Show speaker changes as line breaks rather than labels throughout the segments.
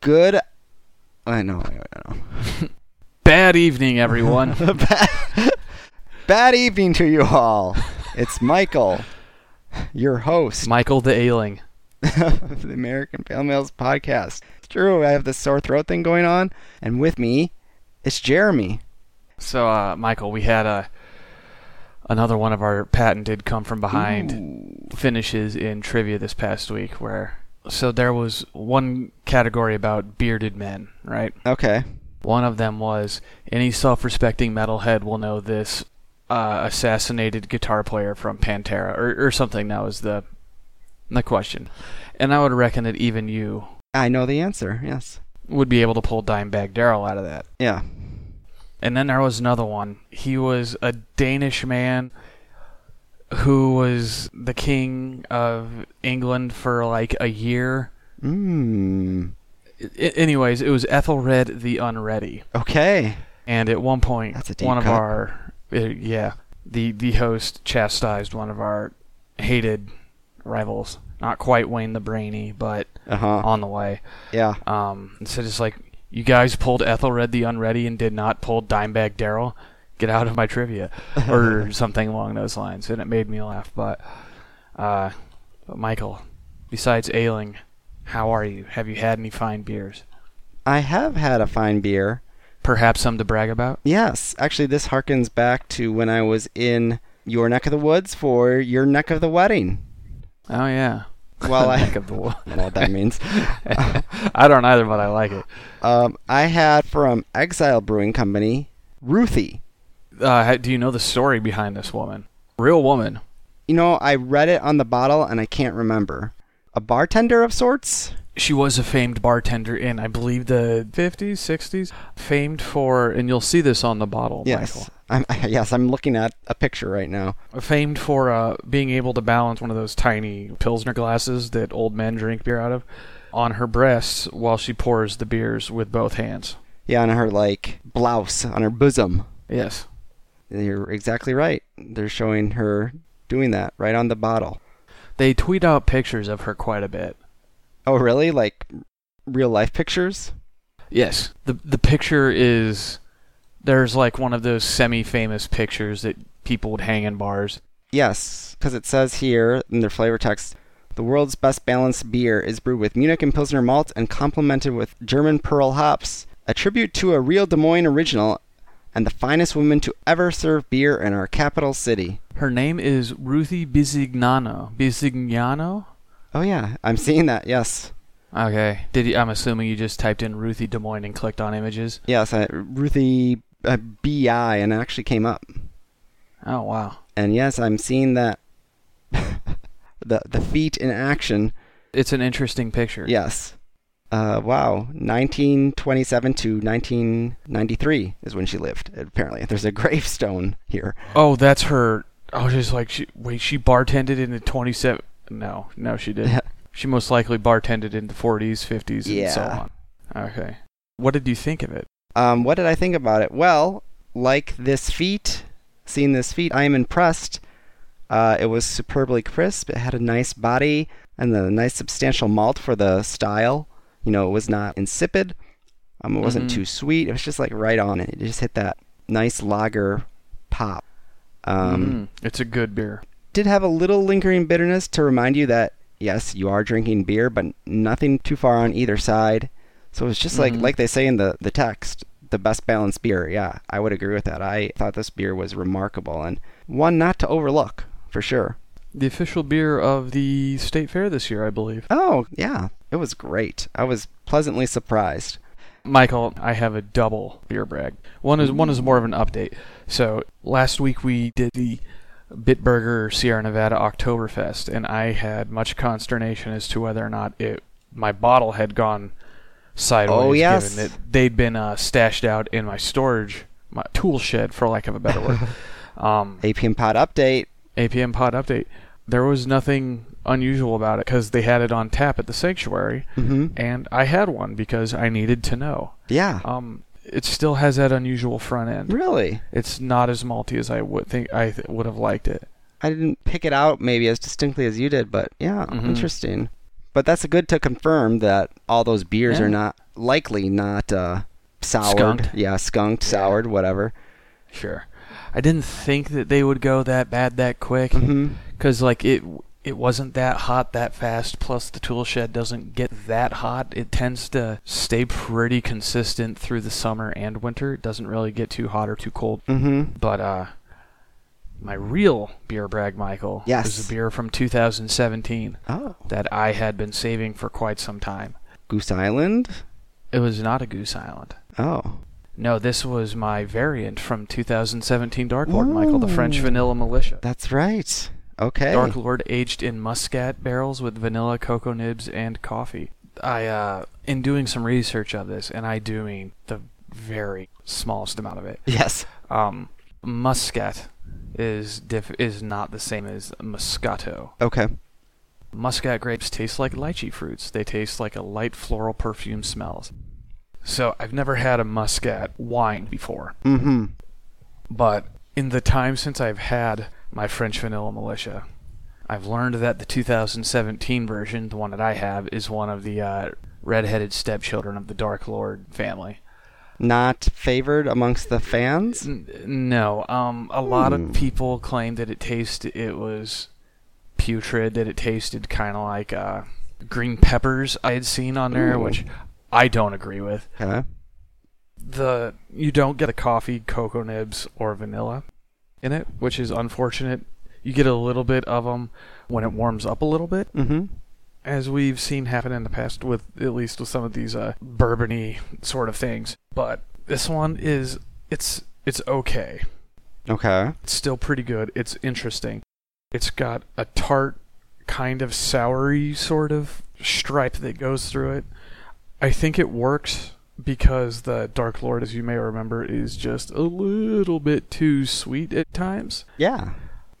good. I know. I know.
Bad evening, everyone.
bad, bad evening to you all. It's Michael, your host,
Michael the Ailing.
of the American Pale Males podcast. It's true. I have this sore throat thing going on, and with me, it's Jeremy.
So, uh, Michael, we had a another one of our patented come from behind finishes in trivia this past week. Where so there was one category about bearded men, right?
Okay.
One of them was any self-respecting metalhead will know this uh, assassinated guitar player from Pantera or, or something. That was the the question, and I would reckon that even you
I know the answer. Yes.
would be able to pull Dimebag Daryl out of that.
Yeah.
And then there was another one. He was a Danish man who was the king of England for like a year.
Mmm.
I- anyways, it was Ethelred the Unready.
Okay.
And at one point,
That's a deep
one of
cut.
our uh, yeah, the the host chastised one of our hated rivals. Not quite Wayne the Brainy, but
Uh huh.
on the way.
Yeah.
Um, and so just like you guys pulled Ethelred the Unready and did not pull Dimebag Daryl. Get out of my trivia, or something along those lines, and it made me laugh. But, uh, but Michael, besides ailing, how are you? Have you had any fine beers?
I have had a fine beer.
Perhaps some to brag about.
Yes, actually, this harkens back to when I was in your neck of the woods for your neck of the wedding.
Oh yeah.
Well, I
Neck of the wo-
I don't know what that means.
I don't either, but I like it.
Um, I had from Exile Brewing Company, Ruthie.
Uh, how- do you know the story behind this woman? Real woman.
You know, I read it on the bottle and I can't remember. A bartender of sorts?
she was a famed bartender in, I believe, the 50s, 60s. Famed for, and you'll see this on the bottle,
Yes. I'm, yes, I'm looking at a picture right now.
Michael. Famed for uh, being able to balance one of those tiny Pilsner glasses that old men drink beer out of on her breasts while she pours the beers with both hands.
Yeah, on her, like, blouse, on her bosom.
Yes.
You're exactly right. They're showing her doing that right on the bottle.
They tweet out pictures of her quite a bit.
Oh, really? Like, real life pictures?
Yes. The, the picture is. There's like one of those semi famous pictures that people would hang in bars.
Yes, because it says here in their flavor text, the world's best balanced beer is brewed with Munich and Pilsner malt and complemented with German pearl hops, a tribute to a real Des Moines original and the finest woman to ever serve beer in our capital city.
Her name is Ruthie Bisignano. Bisignano?
Oh yeah, I'm seeing that. Yes,
Okay. Did you, I'm assuming you just typed in Ruthie Des Moines and clicked on images.
yes, I, Ruthie uh, B.I. and it actually came up.
Oh wow.
And yes, I'm seeing that the the feet in action.
It's an interesting picture.
Yes. Uh, wow. 1927 to 1993 is when she lived, apparently. There's a gravestone here.
Oh, that's her. I was just like, she, wait, she bartended in the 27. No, no, she didn't. she most likely bartended in the 40s, 50s, and so
Yeah.
on. Okay. What did you think of it?
Um, what did I think about it? Well, like this feat, seeing this feat, I am impressed. Uh, it was superbly crisp. It had a nice body and a nice substantial malt for the style. You know, it was not insipid. Um, it wasn't
Mhm.
too sweet. It was just like right on it. It just hit that nice lager pop. Um,
Mm, it's a good beer.
did have a little lingering bitterness to remind you that yes, you are drinking beer, but nothing too far on either side. So it's just like
Mhm.
like they say in the the text, the best balanced beer. Yeah, I would agree with that. I thought this beer was remarkable and one not to overlook for sure.
The official beer of the state fair this year, I believe.
Oh yeah, it was great. I was pleasantly surprised.
Michael, I have a double beer brag. One is one is more of an update. So last week we did the Bitburger Sierra Nevada Oktoberfest, and I had much consternation as to whether or not it my bottle had gone sideways.
Oh, yes.
given that they'd been uh, stashed out in my storage, my tool shed, for lack of a better word. um,
APM Pod update.
APM Pod update. There was nothing unusual about it because they had it on tap at the sanctuary,
hmm
and I had one because I needed to know.
Yeah,
Um, it still has that unusual front end.
really.
It's not as malty as I would think I th- would have liked it.
I didn't pick it out maybe as distinctly as you did, but yeah,
Mhm.
interesting. But that's good to confirm that all those beers
Yeah.
are not likely not uh, soured.
Skunked.
Yeah, skunked, soured, whatever.
Sure. I didn't think that they would go that bad that quick
Mhm.
because like it it wasn't that hot that fast plus the tool shed doesn't get that hot. It tends to stay pretty consistent through the summer and winter. It doesn't really get too hot or too cold.
Mm-hmm.
But uh my real beer brag, Michael,
Yes.
was a beer from 2017
Oh,
that I had been saving for quite some time.
Goose Island.
It was not a Goose Island.
Oh,
No, this was my variant from 2017 Dark Lord, Michael, the French
Ooh.
Vanilla Militia.
that's right. Okay.
Dark Lord aged in muscat barrels with vanilla, cocoa nibs, and coffee. I, uh, in doing some research of this, and I do mean the very smallest amount of it,
Yes.
um, muscat is diff- is not the same as moscato.
Okay.
Muscat grapes taste like lychee fruits. They taste like a light floral perfume smells. So I've never had a muscat wine before,
Mm-hmm.
but in the time since I've had my French Vanilla Militia, I've learned that the 2017 version, the one that I have, is one of the uh, red-headed stepchildren of the Dark Lord family.
Not favored amongst the fans.
N- no, um, a lot
Hmm.
of people claim that it tasted it was putrid, that it tasted kind of like uh, green peppers I had seen on there,
Ooh.
which I don't agree with.
Okay.
The you don't get a coffee, cocoa nibs, or vanilla in it, which is unfortunate. You get a little bit of them when it warms up a little bit,
Mm-hmm.
as we've seen happen in the past with at least with some of these uh, bourbony sort of things. But this one is it's it's okay.
Okay.
It's still pretty good. It's interesting. It's got a tart, kind of soury sort of stripe that goes through it. I think it works because the Dark Lord, as you may remember, is just a little bit too sweet at times.
Yeah.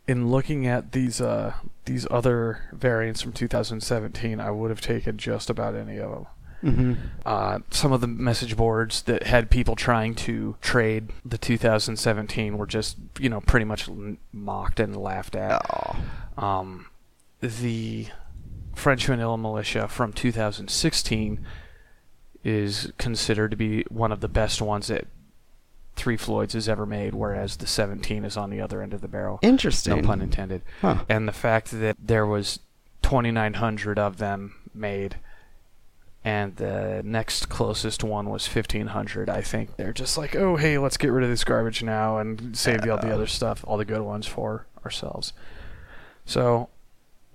In looking at these uh, these other variants from 2017, I would have taken just about any of them
Mm-hmm.
uh, some of the message boards that had people trying to trade the 2017 were just you know pretty much l- mocked and laughed at.
Oh.
Um, the French Vanilla Militia from 2016 is considered to be one of the best ones that Three Floyds has ever made, whereas the 17 is on the other end of the barrel.
Interesting.
No pun intended
Huh.
and the fact that there was 2900 of them made and the next closest one was 1500 i think they're just like oh hey let's get rid of this garbage now and save all the other stuff all the good ones for ourselves so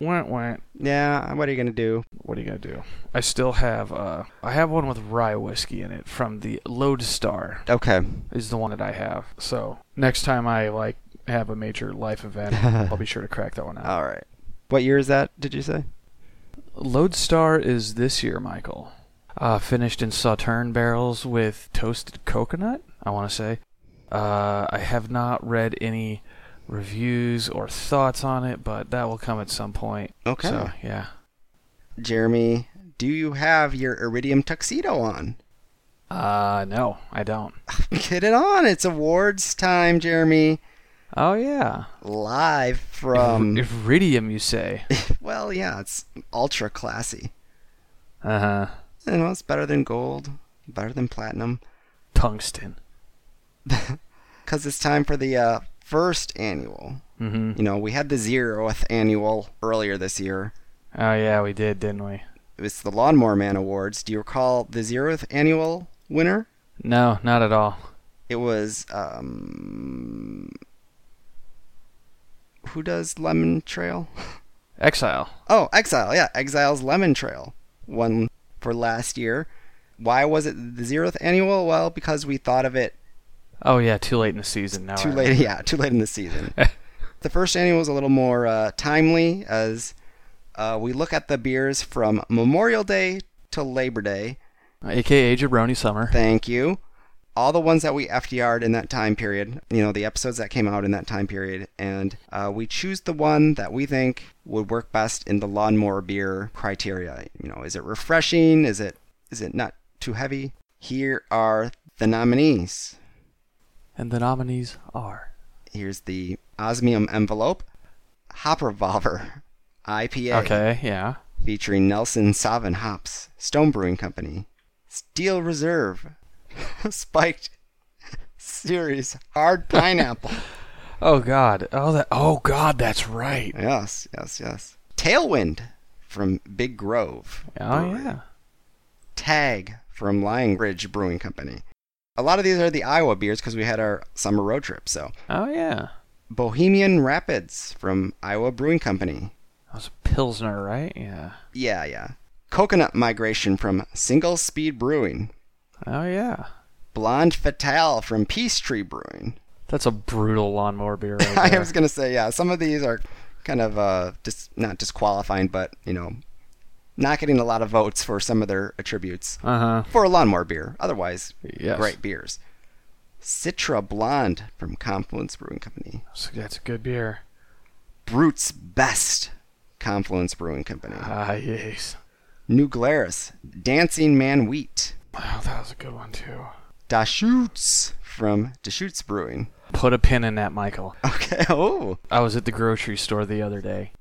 went went
Yeah. What are you gonna do?
what are you gonna do i still have uh i have one with rye whiskey in it from the lodestar
Okay.
is the one that i have so next time i like have a major life event i'll be sure to crack that one out
All right. What year is that? Did you say?
Lodestar is this year, Michael. Uh, finished in Sauterne barrels with toasted coconut, I want to say. Uh, I have not read any reviews or thoughts on it, but that will come at some point.
Okay.
So, yeah.
Jeremy, do you have your iridium tuxedo on?
Uh, no, I don't.
Get it on. It's awards time, Jeremy.
Oh, yeah.
Live from.
Iridium, you say?
well, yeah, it's ultra classy.
Uh huh.
You know, it's better than gold, better than platinum.
Tungsten.
Because it's time for the uh, first annual.
Mm-hmm.
You know, we had the zeroth annual earlier this year.
Oh, yeah, we did, didn't we?
It was the Lawnmower Man Awards. Do you recall the zeroth annual winner?
No, not at all.
It was um who does Lemon Trail?
Exile.
Oh, Exile. Yeah, Exile's Lemon Trail won for last year. Why was it the zeroth annual? Well, because we thought of it
Oh, yeah, too late in the season now.
too
I
late. Yeah, too late in the season. the first annual was a little more uh, timely as uh, we look at the beers from Memorial Day to Labor Day.
remember. AKA Jabroni Summer.
Thank you. All the ones that we FDR'd in that time period, you know, the episodes that came out in that time period, and uh, we choose the one that we think would work best in the lawnmower beer criteria. You know, is it refreshing? Is it is it not too heavy? Here are the nominees.
And the nominees are.
Here's the osmium envelope, hop revolver, IPA,
Okay, yeah.
featuring Nelson Savin Hops, Stone Brewing Company, Steel Reserve, Spiked Series Hard Pineapple.
Oh God. Oh that. Oh God. That's right.
yes, yes, yes. Tailwind from Big Grove.
Oh
Brewery.
yeah.
Tag from Lion Ridge Brewing Company. A lot of these are the Iowa beers because we had our summer road trip. So,
Oh yeah.
Bohemian Rapids from Iowa Brewing Company.
That was a pilsner, right? Yeah.
Yeah, yeah. Coconut Migration from Single Speed Brewing.
Oh yeah.
Blonde Fatale from Peace Tree Brewing.
That's a brutal lawnmower beer. Right
I
there.
was gonna say, Oh, yeah, some of these are kind of uh, dis- not disqualifying, but you know, not getting a lot of votes for some of their attributes
Uh huh.
for a lawnmower beer. Otherwise,
Yes.
great beers. Citra Blonde from Confluence Brewing Company.
That's, that's a good beer.
Brute's Best, Confluence Brewing Company.
Ah yes.
New Glarus, Dancing Man Wheat.
Oh, that was a good one too.
Deschutes from Deschutes Brewing.
Put a pin in that, Michael.
Okay. Oh.
I was at the grocery store the other day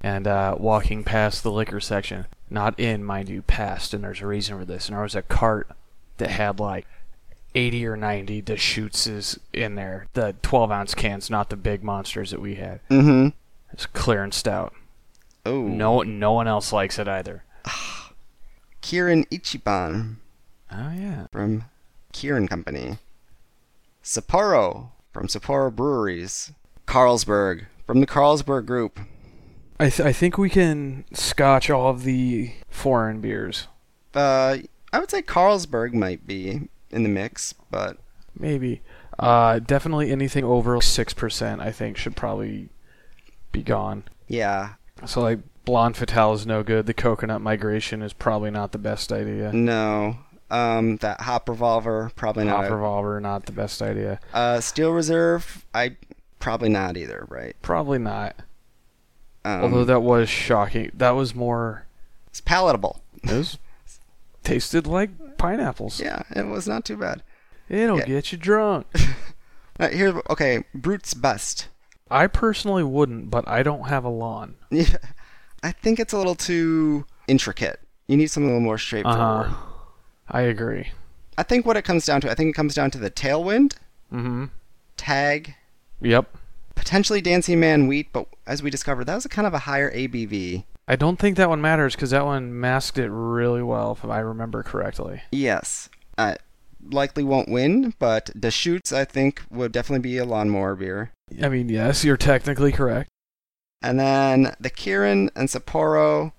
and uh, walking past the liquor section. Not in, mind you, past, and there's a reason for this. And there was a cart that had like 80 or 90 Deschutes in there. The 12 ounce cans, not the big monsters that we had.
Mm-hmm.
It's clearanced out.
Oh.
No, no one else likes it either.
Kirin Ichiban
Oh, yeah.
from Kirin Company. Sapporo from Sapporo Breweries. Carlsberg from the Carlsberg Group.
I, th- I think we can scotch all of the foreign beers.
Uh, I would say Carlsberg might be in the mix, but
Maybe. Uh, definitely anything over 6%, I think, should probably be gone.
yeah,
So like Blonde Fatale is no good. The coconut migration is probably not the best idea.
no. Um, that Hop Revolver probably not.
Hop revolver, not the best idea.
uh, Steel Reserve, I probably not either, right?
Probably not.
Um,
Although that was shocking. That was more.
it's palatable.
It was tasted like pineapples.
Yeah, it was not too bad.
It'll
Yeah.
get you drunk.
Uh, here, okay, Brute's Best.
I personally wouldn't, but I don't have a lawn.
Yeah, I think it's a little too intricate. You need something a little more straightforward.
Uh, I agree.
I think what it comes down to, I think it comes down to the tailwind,
Mm-hmm.
tag,
Yep.
potentially Dancing Man Wheat, but as we discovered, that was a kind of a higher ABV.
I don't think that one matters because that one masked it really well, if I remember correctly.
Yes, uh, likely won't win, but the shoots I think would definitely be a lawnmower beer.
I mean, yes, you're technically correct.
And then the Kirin and Sapporo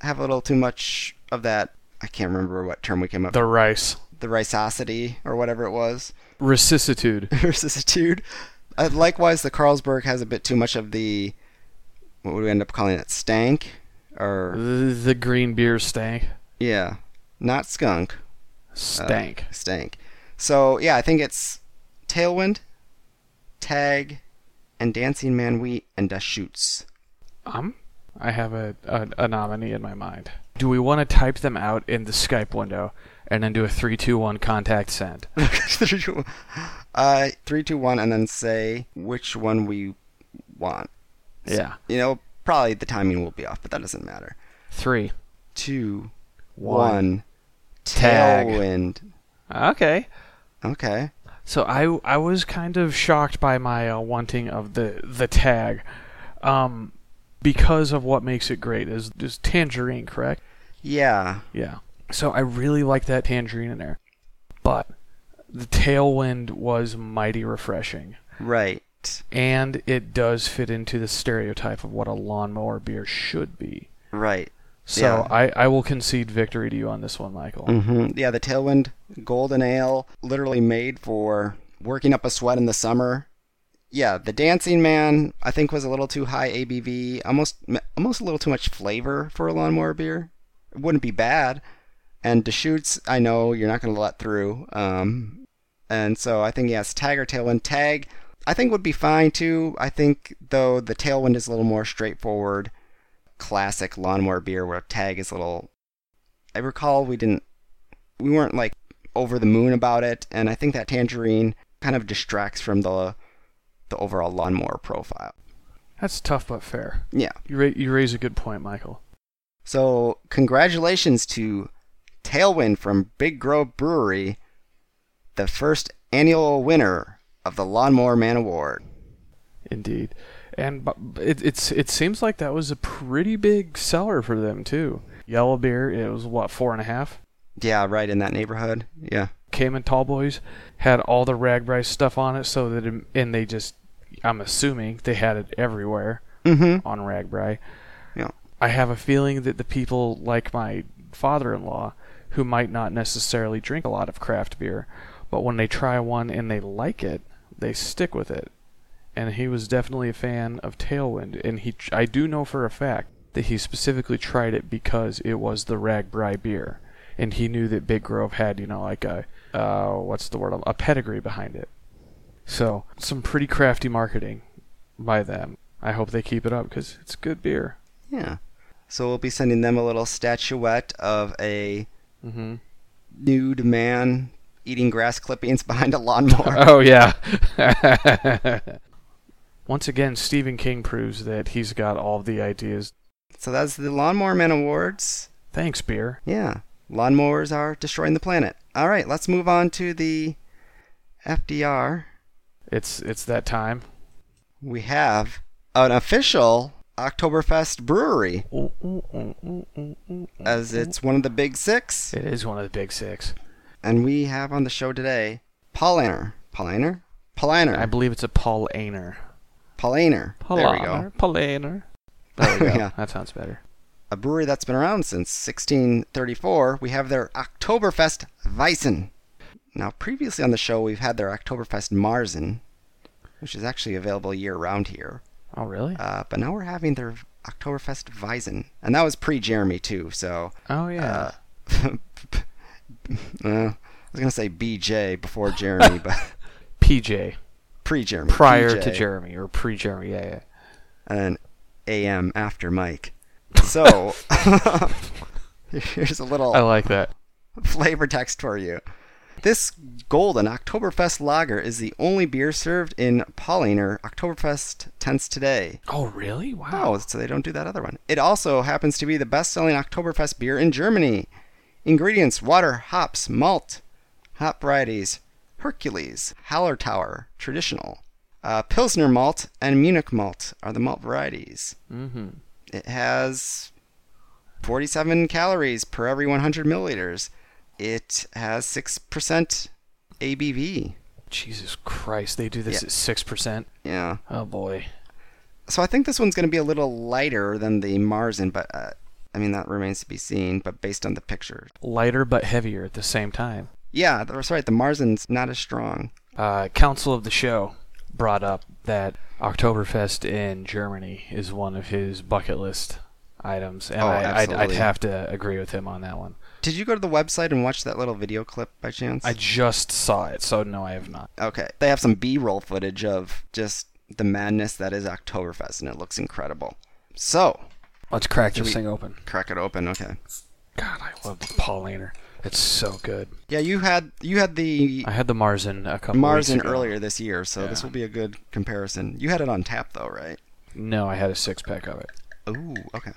have a little too much of that. I can't remember what term we came up.
The rice.
the ricosity or whatever it was.
Recissitude.
vicissitude. Uh, likewise, the Carlsberg has a bit too much of the what would we end up calling it stank or
The, the green beer stank.
yeah, not skunk uh,
Stank.
stank. So yeah, I think it's Tailwind, Tag, and Dancing Man Wheat and Deschutes.
um, I have a, a, a nominee in my mind. Do we want to type them out in the Skype window and then do a three, two, one contact send?
three, two, one. Uh, three, two, one, and then say which one we want.
Yeah.
You know, probably the timing will be off, but that doesn't matter.
Three.
Two,
One.
one,
Tag.
Tailwind.
Okay.
Okay.
So I, I was kind of shocked by my uh, wanting of the, the tag. Um, because of what makes it great is, is tangerine, correct?
Yeah.
Yeah. So I really like that tangerine in there. But the tailwind was mighty refreshing.
Right.
and it does fit into the stereotype of what a lawnmower beer should be.
Right.
So
Yeah.
I, I will concede victory to you on this one, Michael.
hmm Yeah, the Tailwind Golden Ale, literally made for working up a sweat in the summer. Yeah, the Dancing Man, I think, was a little too high ABV, almost almost a little too much flavor for a lawnmower beer. It wouldn't be bad. And Deschutes, I know you're not going to let through. Um, and so I think, yes, Tag or Tailwind. Tag, I think, would be fine too. I think, though, the Tailwind is a little more straightforward, classic lawnmower beer, where Tag is a little. I recall we didn't we weren't like over the moon about it, and I think that tangerine kind of distracts from the the overall lawnmower profile.
That's tough but fair.
Yeah.
You ra- you raise a good point, Michael.
So, congratulations to Tailwind from Big Grove Brewery, the first annual winner of the Lawnmower Man Award.
Indeed, and bu- it, it's it seems like that was a pretty big seller for them too. Yellow beer, it was what four and a half.
Yeah, right in that neighborhood. Yeah.
Cayman Tall Boys had all the rag rice stuff on it, so that it, and they just, I'm assuming they had it everywhere
Mm
on Ragbri.
Yeah.
I have a feeling that the people like my father-in-law, who might not necessarily drink a lot of craft beer, but when they try one and they like it, they stick with it. And he was definitely a fan of Tailwind, and he I do know for a fact that he specifically tried it because it was the Ragbri beer, and he knew that Big Grove had you know like a uh, what's the word a pedigree behind it. So some pretty crafty marketing by them. I hope they keep it up because it's good beer.
hmm. Yeah. So, we'll be sending them a little statuette of a
Mm-hmm.
nude man eating grass clippings behind a lawnmower.
Oh yeah. Once again, Stephen King proves that he's got all the ideas.
so, that's the Lawnmower Man Awards.
Thanks, beer.
Yeah. Lawnmowers are destroying the planet. All right, let's move on to the FDR.
It's it's that time.
We have an official Oktoberfest brewery,
It
as it's one of the big six.
is one of the big six.
And we have on the show today Paulaner. Paulaner? Paulaner.
I believe it's a Paul Aner.
Paulaner.
Paul
There we go.
Paul Aner. There we go.
Yeah.
That sounds better.
A brewery that's been around since 1634. We have their Oktoberfest Weissen. Now, previously on the show, we've had their Oktoberfest Marzen, which is actually available year round here.
Oh really?
Uh, but now we're having their Oktoberfest Weizen. And that was pre Jeremy, too, so.
Oh yeah.
Uh, uh, I was going to say BJ before Jeremy, but
PJ
pre Jeremy.
prior to Jeremy or pre Jeremy. Yeah, yeah.
And AM after Mike. So, here's a little
I like that.
flavor text for you. This golden Oktoberfest lager is the only beer served in Paulaner Oktoberfest tents today.
Oh really? Wow.
Oh, so they don't do that other one. It also happens to be the best selling Oktoberfest beer in Germany. Ingredients water, hops, malt, hop varieties, Hercules, Hallertauer, traditional, uh, Pilsner malt, and Munich malt are the malt varieties.
Mm-hmm.
It has 47 calories per every 100 milliliters. It has 6% ABV.
Jesus Christ, they do this at six percent.
Yeah.
Oh boy.
So I think this one's going to be a little lighter than the Marzen, but uh, I mean that remains to be seen. But based on the picture,
Lighter but heavier at the same time.
yeah, that's right. The Marzen's not as strong.
Uh, Council of the Show brought up that Oktoberfest in Germany is one of his bucket list items, and
Oh,
I, I'd, I'd
absolutely.
have to agree with him on that one.
Did you go to the website and watch that little video clip by chance?
I just saw it, so no, I have not.
Okay, they have some B-roll footage of just the madness that is Oktoberfest, and it looks incredible. So
Let's crack this
we-
thing open.
crack it open. Okay.
God, I love the Paulaner. It's so good.
Yeah, you had you had the
I had the Marzen a couple weeks
Marzen
ago.
earlier this year, so this will be a good comparison. You had it on tap though, right?
No, I had a six pack of it.
Ooh, okay.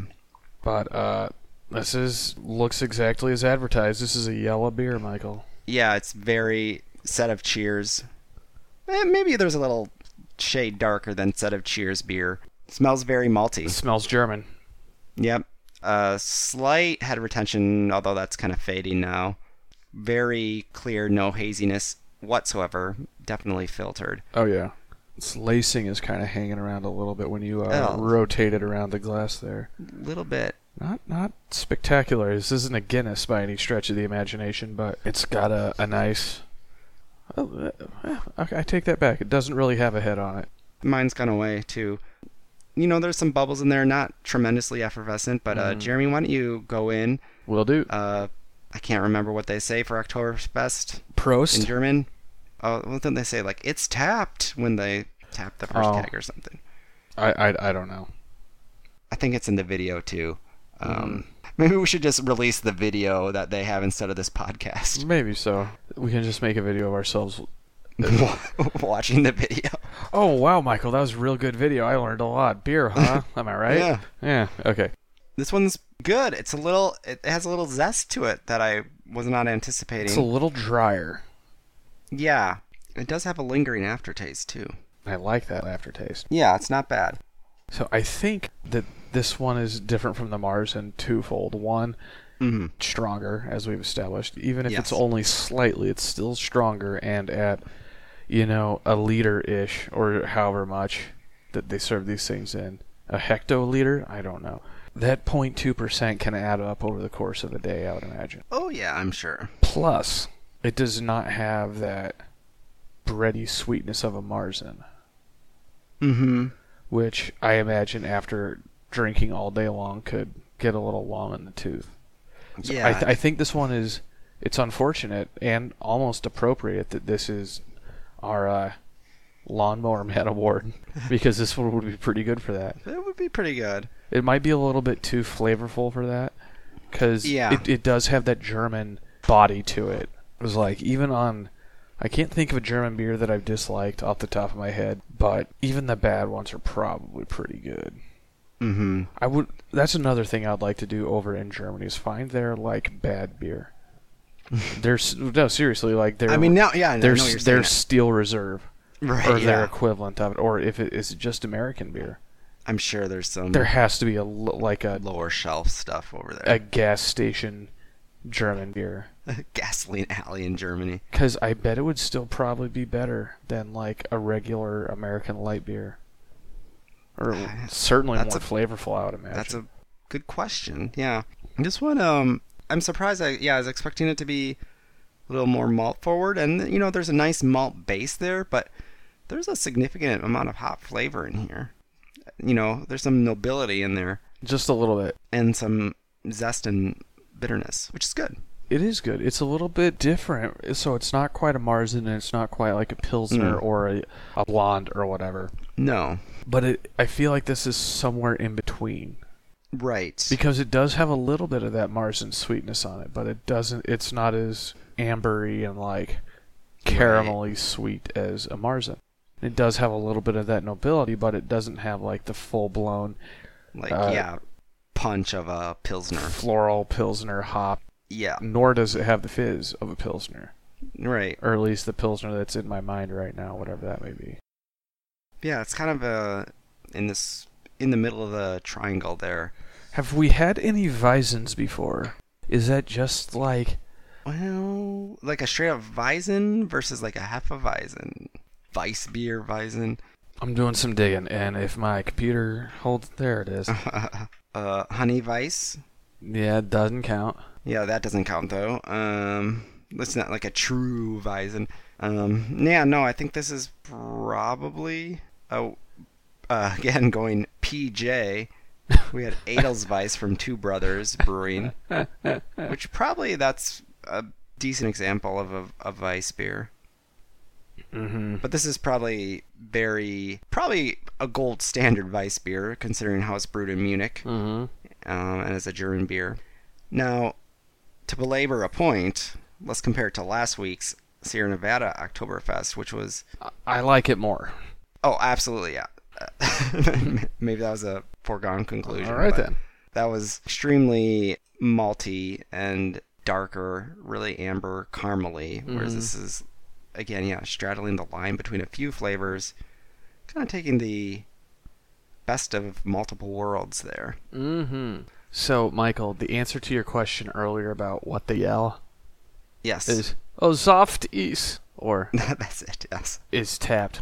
But uh, this is looks exactly as advertised. This is a yellow beer, Michael.
yeah, it's very set of cheers. Eh, maybe there's a little shade darker than set of cheers beer. Smells very
It
malty.
smells German.
Yep. Uh, slight head retention, although that's kind of fading now. Very clear, no haziness whatsoever. Definitely filtered.
Oh yeah. Its lacing is kind of hanging around a little bit when you uh,
Oh.
rotate it around the glass there.
Little bit.
Not not spectacular. This isn't a Guinness by any stretch of the imagination, but it's got a, a nice. Oh, eh, okay, I take that back. It doesn't really have a head on it.
Mine's gone away too. You know, there's some bubbles in there, not tremendously effervescent, but uh,
Mhm.
Jeremy, why don't you go in?
Will do.
Uh, I can't remember what they say for Oktoberfest. in
Prost.
German. Oh, well, then they say like it's tapped when they tap the first
Oh.
keg or something.
I, I I don't know.
I think it's in the video too. Um, Maybe we should just release the video that they have instead of this podcast.
Maybe so. We can just make a video of ourselves.
Watching the video.
Oh wow, Michael, that was a real good video. I learned a lot. Beer, huh? Am I right?
Yeah.
Yeah. Okay.
This one's good. It's a little. It has a little zest to it that I was not anticipating.
It's a little drier.
yeah, it does have a lingering aftertaste too.
I like that aftertaste.
Yeah, it's not bad.
So I think that this one is different from the Mars in twofold. One,
Mhm.
stronger, as we've established. Even if it's
Yes.
only slightly, it's still stronger and at, you know, a liter ish or however much that they serve these things in. A hectoliter? I don't know. That 0.2% can add up over the course of a day, I would imagine.
Oh yeah, I'm sure.
Plus, it does not have that bready sweetness of a Marzen,
Mm-hmm.
which I imagine after drinking all day long could get a little long in the tooth. So
Yeah.
I, th- I think this one is it's unfortunate and almost appropriate that this is our uh, lawnmower man award because this one would be pretty good for that.
it would be pretty good.
It might be a little bit too flavorful for that because
Yeah.
it, it does have that German body to it. It was like even on I can't think of a German beer that I've disliked off the top of my head, but even the bad ones are probably pretty good.
Mm-hmm.
I would that's another thing I'd like to do over in Germany is find their like bad beer. There's no seriously like their
I mean, now, yeah, I know
their
what you're
their
saying.
steel reserve
Right,
or their
yeah.
equivalent of it or if it is just American beer.
I'm sure there's some
There has to be a l- like a
lower shelf stuff over there.
a gas station German beer
gasoline alley in Germany.
cuz I bet it would still probably be better than like a regular American light beer. Or certainly
That's
more flavorful, I would imagine.
That's a good question. Yeah, this one, um, I'm surprised. I yeah, I was expecting it to be a little more malt forward, and you know, there's a nice malt base there, but there's a significant amount of hop flavor in here. You know, there's some nobility in there
just a little bit.
and some zest and bitterness, which is good.
It is good. It's a little bit different, so it's not quite a Marzen, and it's not quite like a Pilsner
Mm.
or a, a blonde or whatever.
No,
But it, I feel like this is somewhere in between
right?
because it does have a little bit of that Marzen sweetness on it, but it doesn't. It's not as ambery and like caramelly sweet as a Marzen. It does have a little bit of that nobility, but it doesn't have like the full blown
like
uh,
yeah, punch of a pilsner.
floral Pilsner hop.
Yeah,
Nor does it have the fizz of a Pilsner,
right.
or at least the Pilsner that's in my mind right now, whatever that may be.
Yeah, it's kind of uh, in this in the middle of the triangle there.
Have we had any Visons before? Is that just like
Well, like a straight up Weizen versus like a half a Weizen. Weiss beer Weizen.
I'm doing some digging, and if my computer holds, there it is.
uh, honey Weiss.
yeah, it doesn't count.
Yeah, that doesn't count though. Um, that's not like a true Weizen. Um, yeah, no, I think this is probably oh, uh, again going PJ. We had Adelsweiss from Two Brothers Brewing, which probably that's a decent example of a, a Weiss beer.
Mm-hmm.
But this is probably very probably a gold standard Weiss beer, considering how it's brewed in Munich
Mm-hmm.
um, and it's a German beer. Now, to belabor a point, let's compare it to last week's Sierra Nevada Oktoberfest, which was
I like it more.
oh, absolutely yeah. Maybe that was a foregone conclusion.
All right
but
then.
That was extremely malty and darker, really amber, caramely. Whereas
Mhm.
this is, again, yeah, straddling the line between a few flavors, kind of taking the best of multiple worlds there.
Mm-hmm. So, Michael, the answer to your question earlier about what they yell
Yes,
is "Oh, soft is" or
that's it. Yes.
"is tapped."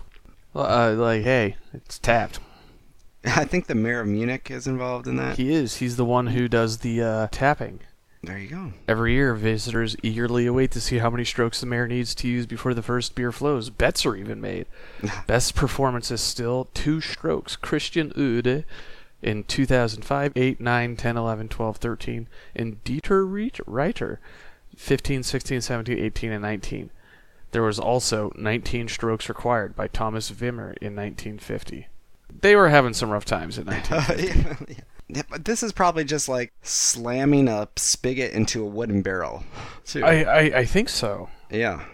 Uh, like, hey, it's tapped.
I think the mayor of Munich is involved in that.
He is. He's the one who does the uh, tapping.
There you go.
Every year, visitors eagerly await to see how many strokes the mayor needs to use before the first beer flows. Bets are even made. Best performance is still two strokes. Christian Ude in 2005, 8, 9, 10, 11, 12, 13, and Dieter Reit- Reiter, 15, 16, 17, 18, and 19. There was also 19 strokes required by Thomas Vimmer in 1950. They were having some rough times in 19.
yeah. Yeah, but this is probably just like slamming a spigot into a wooden barrel. Too.
I, I, I think so.
yeah,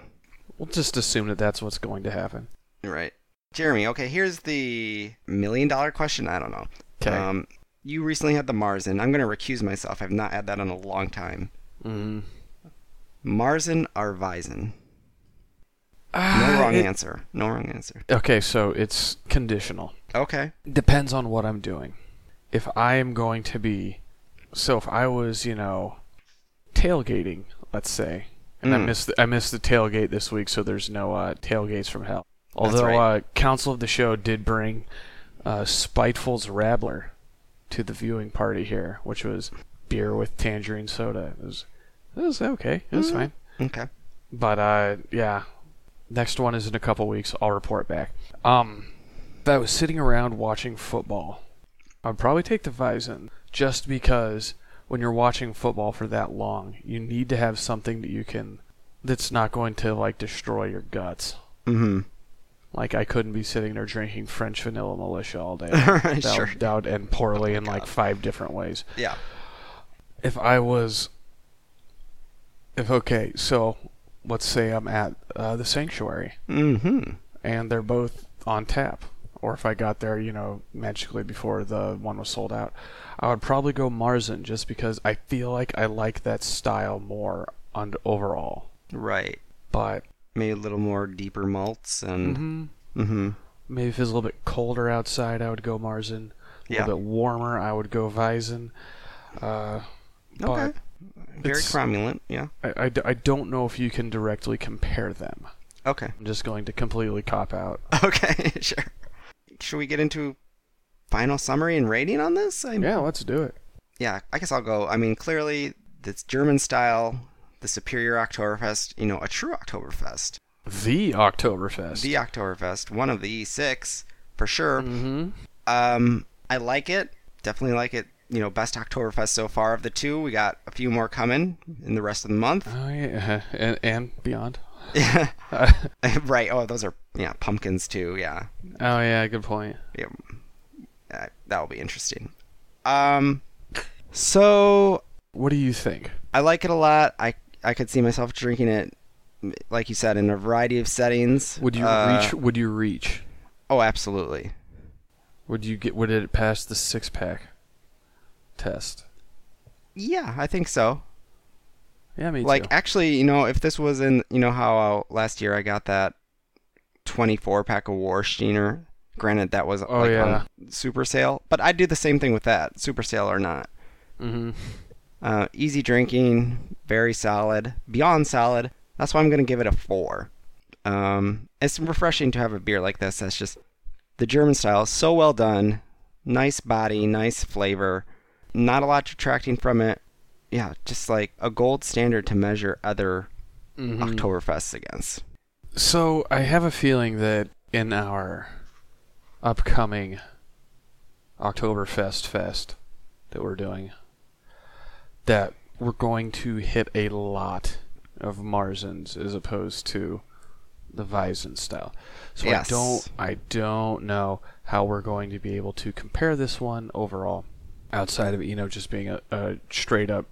We'll just assume that that's what's going to happen.
you're right. Jeremy, okay, here's the million dollar question. I don't know.
'Kay.
Um, you recently had the Marzen. I'm going to recuse myself. I've not had that in a long time.
Mm.
Marzen or Weizen?
Ah,
No wrong
it-
answer. No wrong answer.
Okay, so it's conditional.
Okay.
Depends on what I'm doing. If I am going to be, so if I was, you know, tailgating, let's say, and I
Mm.
missed the, I missed the tailgate this week, so there's no uh, tailgates from hell.
That's
Although
right.
uh, Council of the Show did bring uh, Spiteful's Rabbler to the viewing party here, which was beer with tangerine soda. It was, it was okay. It was
Mm.
fine.
Okay.
But uh, yeah, next one is in a couple weeks. I'll report back. Um, if I was sitting around watching football, I'd probably take the Weizen just because when you're watching football for that long, you need to have something that you can that's not going to like destroy your guts.
Mm-hmm.
Like I couldn't be sitting there drinking French vanilla militia all day. that,
Sure.
would, that would end poorly in like five different ways
Yeah.
if I was, if okay, so let's say I'm at uh, the sanctuary
Mm-hmm.
and they're both on tap, or if I got there, you know, magically before the one was sold out, I would probably go Marzen just because I feel like I like that style more on overall.
Right.
But
Maybe a little more deeper malts and.
mhm,
Mm-hmm.
maybe if it's a little bit colder outside, I would go Marzen. A
Yeah.
little bit warmer, I would go Weizen. Uh, but
Okay. Very
it's-
cromulent. Yeah.
I, I d- I don't know if you can directly compare them.
Okay.
I'm just going to completely cop out.
Okay. sure. Should we get into final summary and rating on this? I,
Yeah, let's do it.
yeah, I guess I'll go. I mean, clearly, this German style, the superior Oktoberfest, you know, a true Oktoberfest,
The Oktoberfest.
the Oktoberfest, one of the E6 for sure.
mm-hmm.
Um, I like it. Definitely like it. You know, best Oktoberfest so far of the two. We got a few more coming in the rest of the month.
Oh yeah, and, and beyond.
Yeah.
Uh,
right. Oh, those are yeah pumpkins too. Yeah.
oh yeah, good point.
yeah, Uh, that'll be interesting. Um, so
What do you think?
I like it a lot. I I could see myself drinking it, m- like you said, in a variety of settings.
Would you
Uh,
reach? Would you reach?
Oh, absolutely.
Would you get? Would it pass the six pack test?
Yeah, I think so.
Yeah, me
like
too.
actually, you know, if this was in, you know, how uh, last year I got that 24 pack of Warsteiner. Granted, that was
Oh,
like
yeah.
on super sale, but I'd do the same thing with that, super sale or not.
Mm-hmm.
Uh, easy drinking, very solid, beyond solid. That's why I'm going to give it a four. Um, it's refreshing to have a beer like this. That's just the German style, so well done. Nice body, nice flavor. Not a lot detracting from it. Yeah, just like a gold standard to measure other
Mm-hmm.
Oktoberfests against.
So I have a feeling that in our upcoming Oktoberfest fest that we're doing, that we're going to hit a lot of Marzens as opposed to the Weizen style. So
Yes.
I don't I don't know how we're going to be able to compare this one overall outside of it, you know just being a, a straight up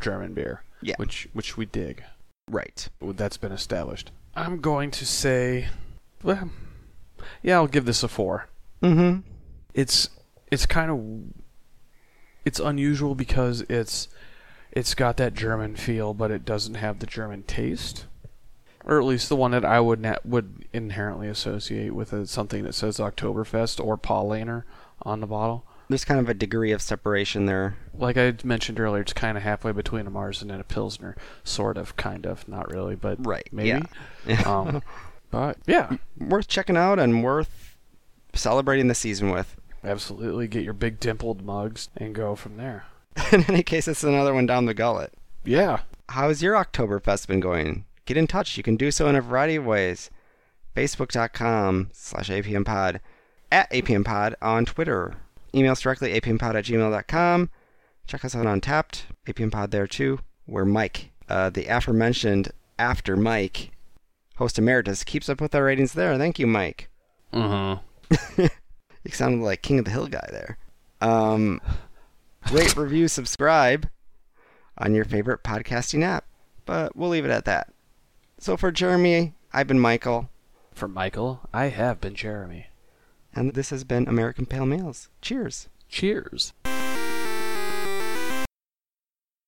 German beer.
Yeah.
Which which we dig
Right.
that's been established. I'm going to say, well, yeah, I'll give this a four.
Mm-hmm.
It's it's kind of it's unusual because it's it's got that German feel, but it doesn't have the German taste, or at least the one that I would na- would inherently associate with a, something that says Oktoberfest or Paulaner on the bottle.
There's kind of a degree of separation there.
Like I had mentioned earlier, it's kind of halfway between a Marzen and a Pilsner, sort of, kind of, not really, but
Right.
maybe.
Yeah.
Um, but yeah,
Worth checking out and worth celebrating the season with.
absolutely get your big dimpled mugs and go from there.
In any case, it's another one down the gullet.
Yeah.
How's your Oktoberfest been going? Get in touch. You can do so in a variety of ways. Facebook.com slash APMPod, at APMPod on Twitter. Email us directly, APMPod at gmail.com. Check us out on Tapped, APMPod there too. We're Mike, uh, the aforementioned After Mike, host emeritus, keeps up with our ratings there. Thank you, Mike.
Uh huh.
You sounded like King of the Hill guy there. Um, rate, review, subscribe on your favorite podcasting app. But we'll leave it at that. So for Jeremy, I've been Michael,
For Michael, I have been Jeremy.
and this has been American Pale Males. Cheers.
Cheers.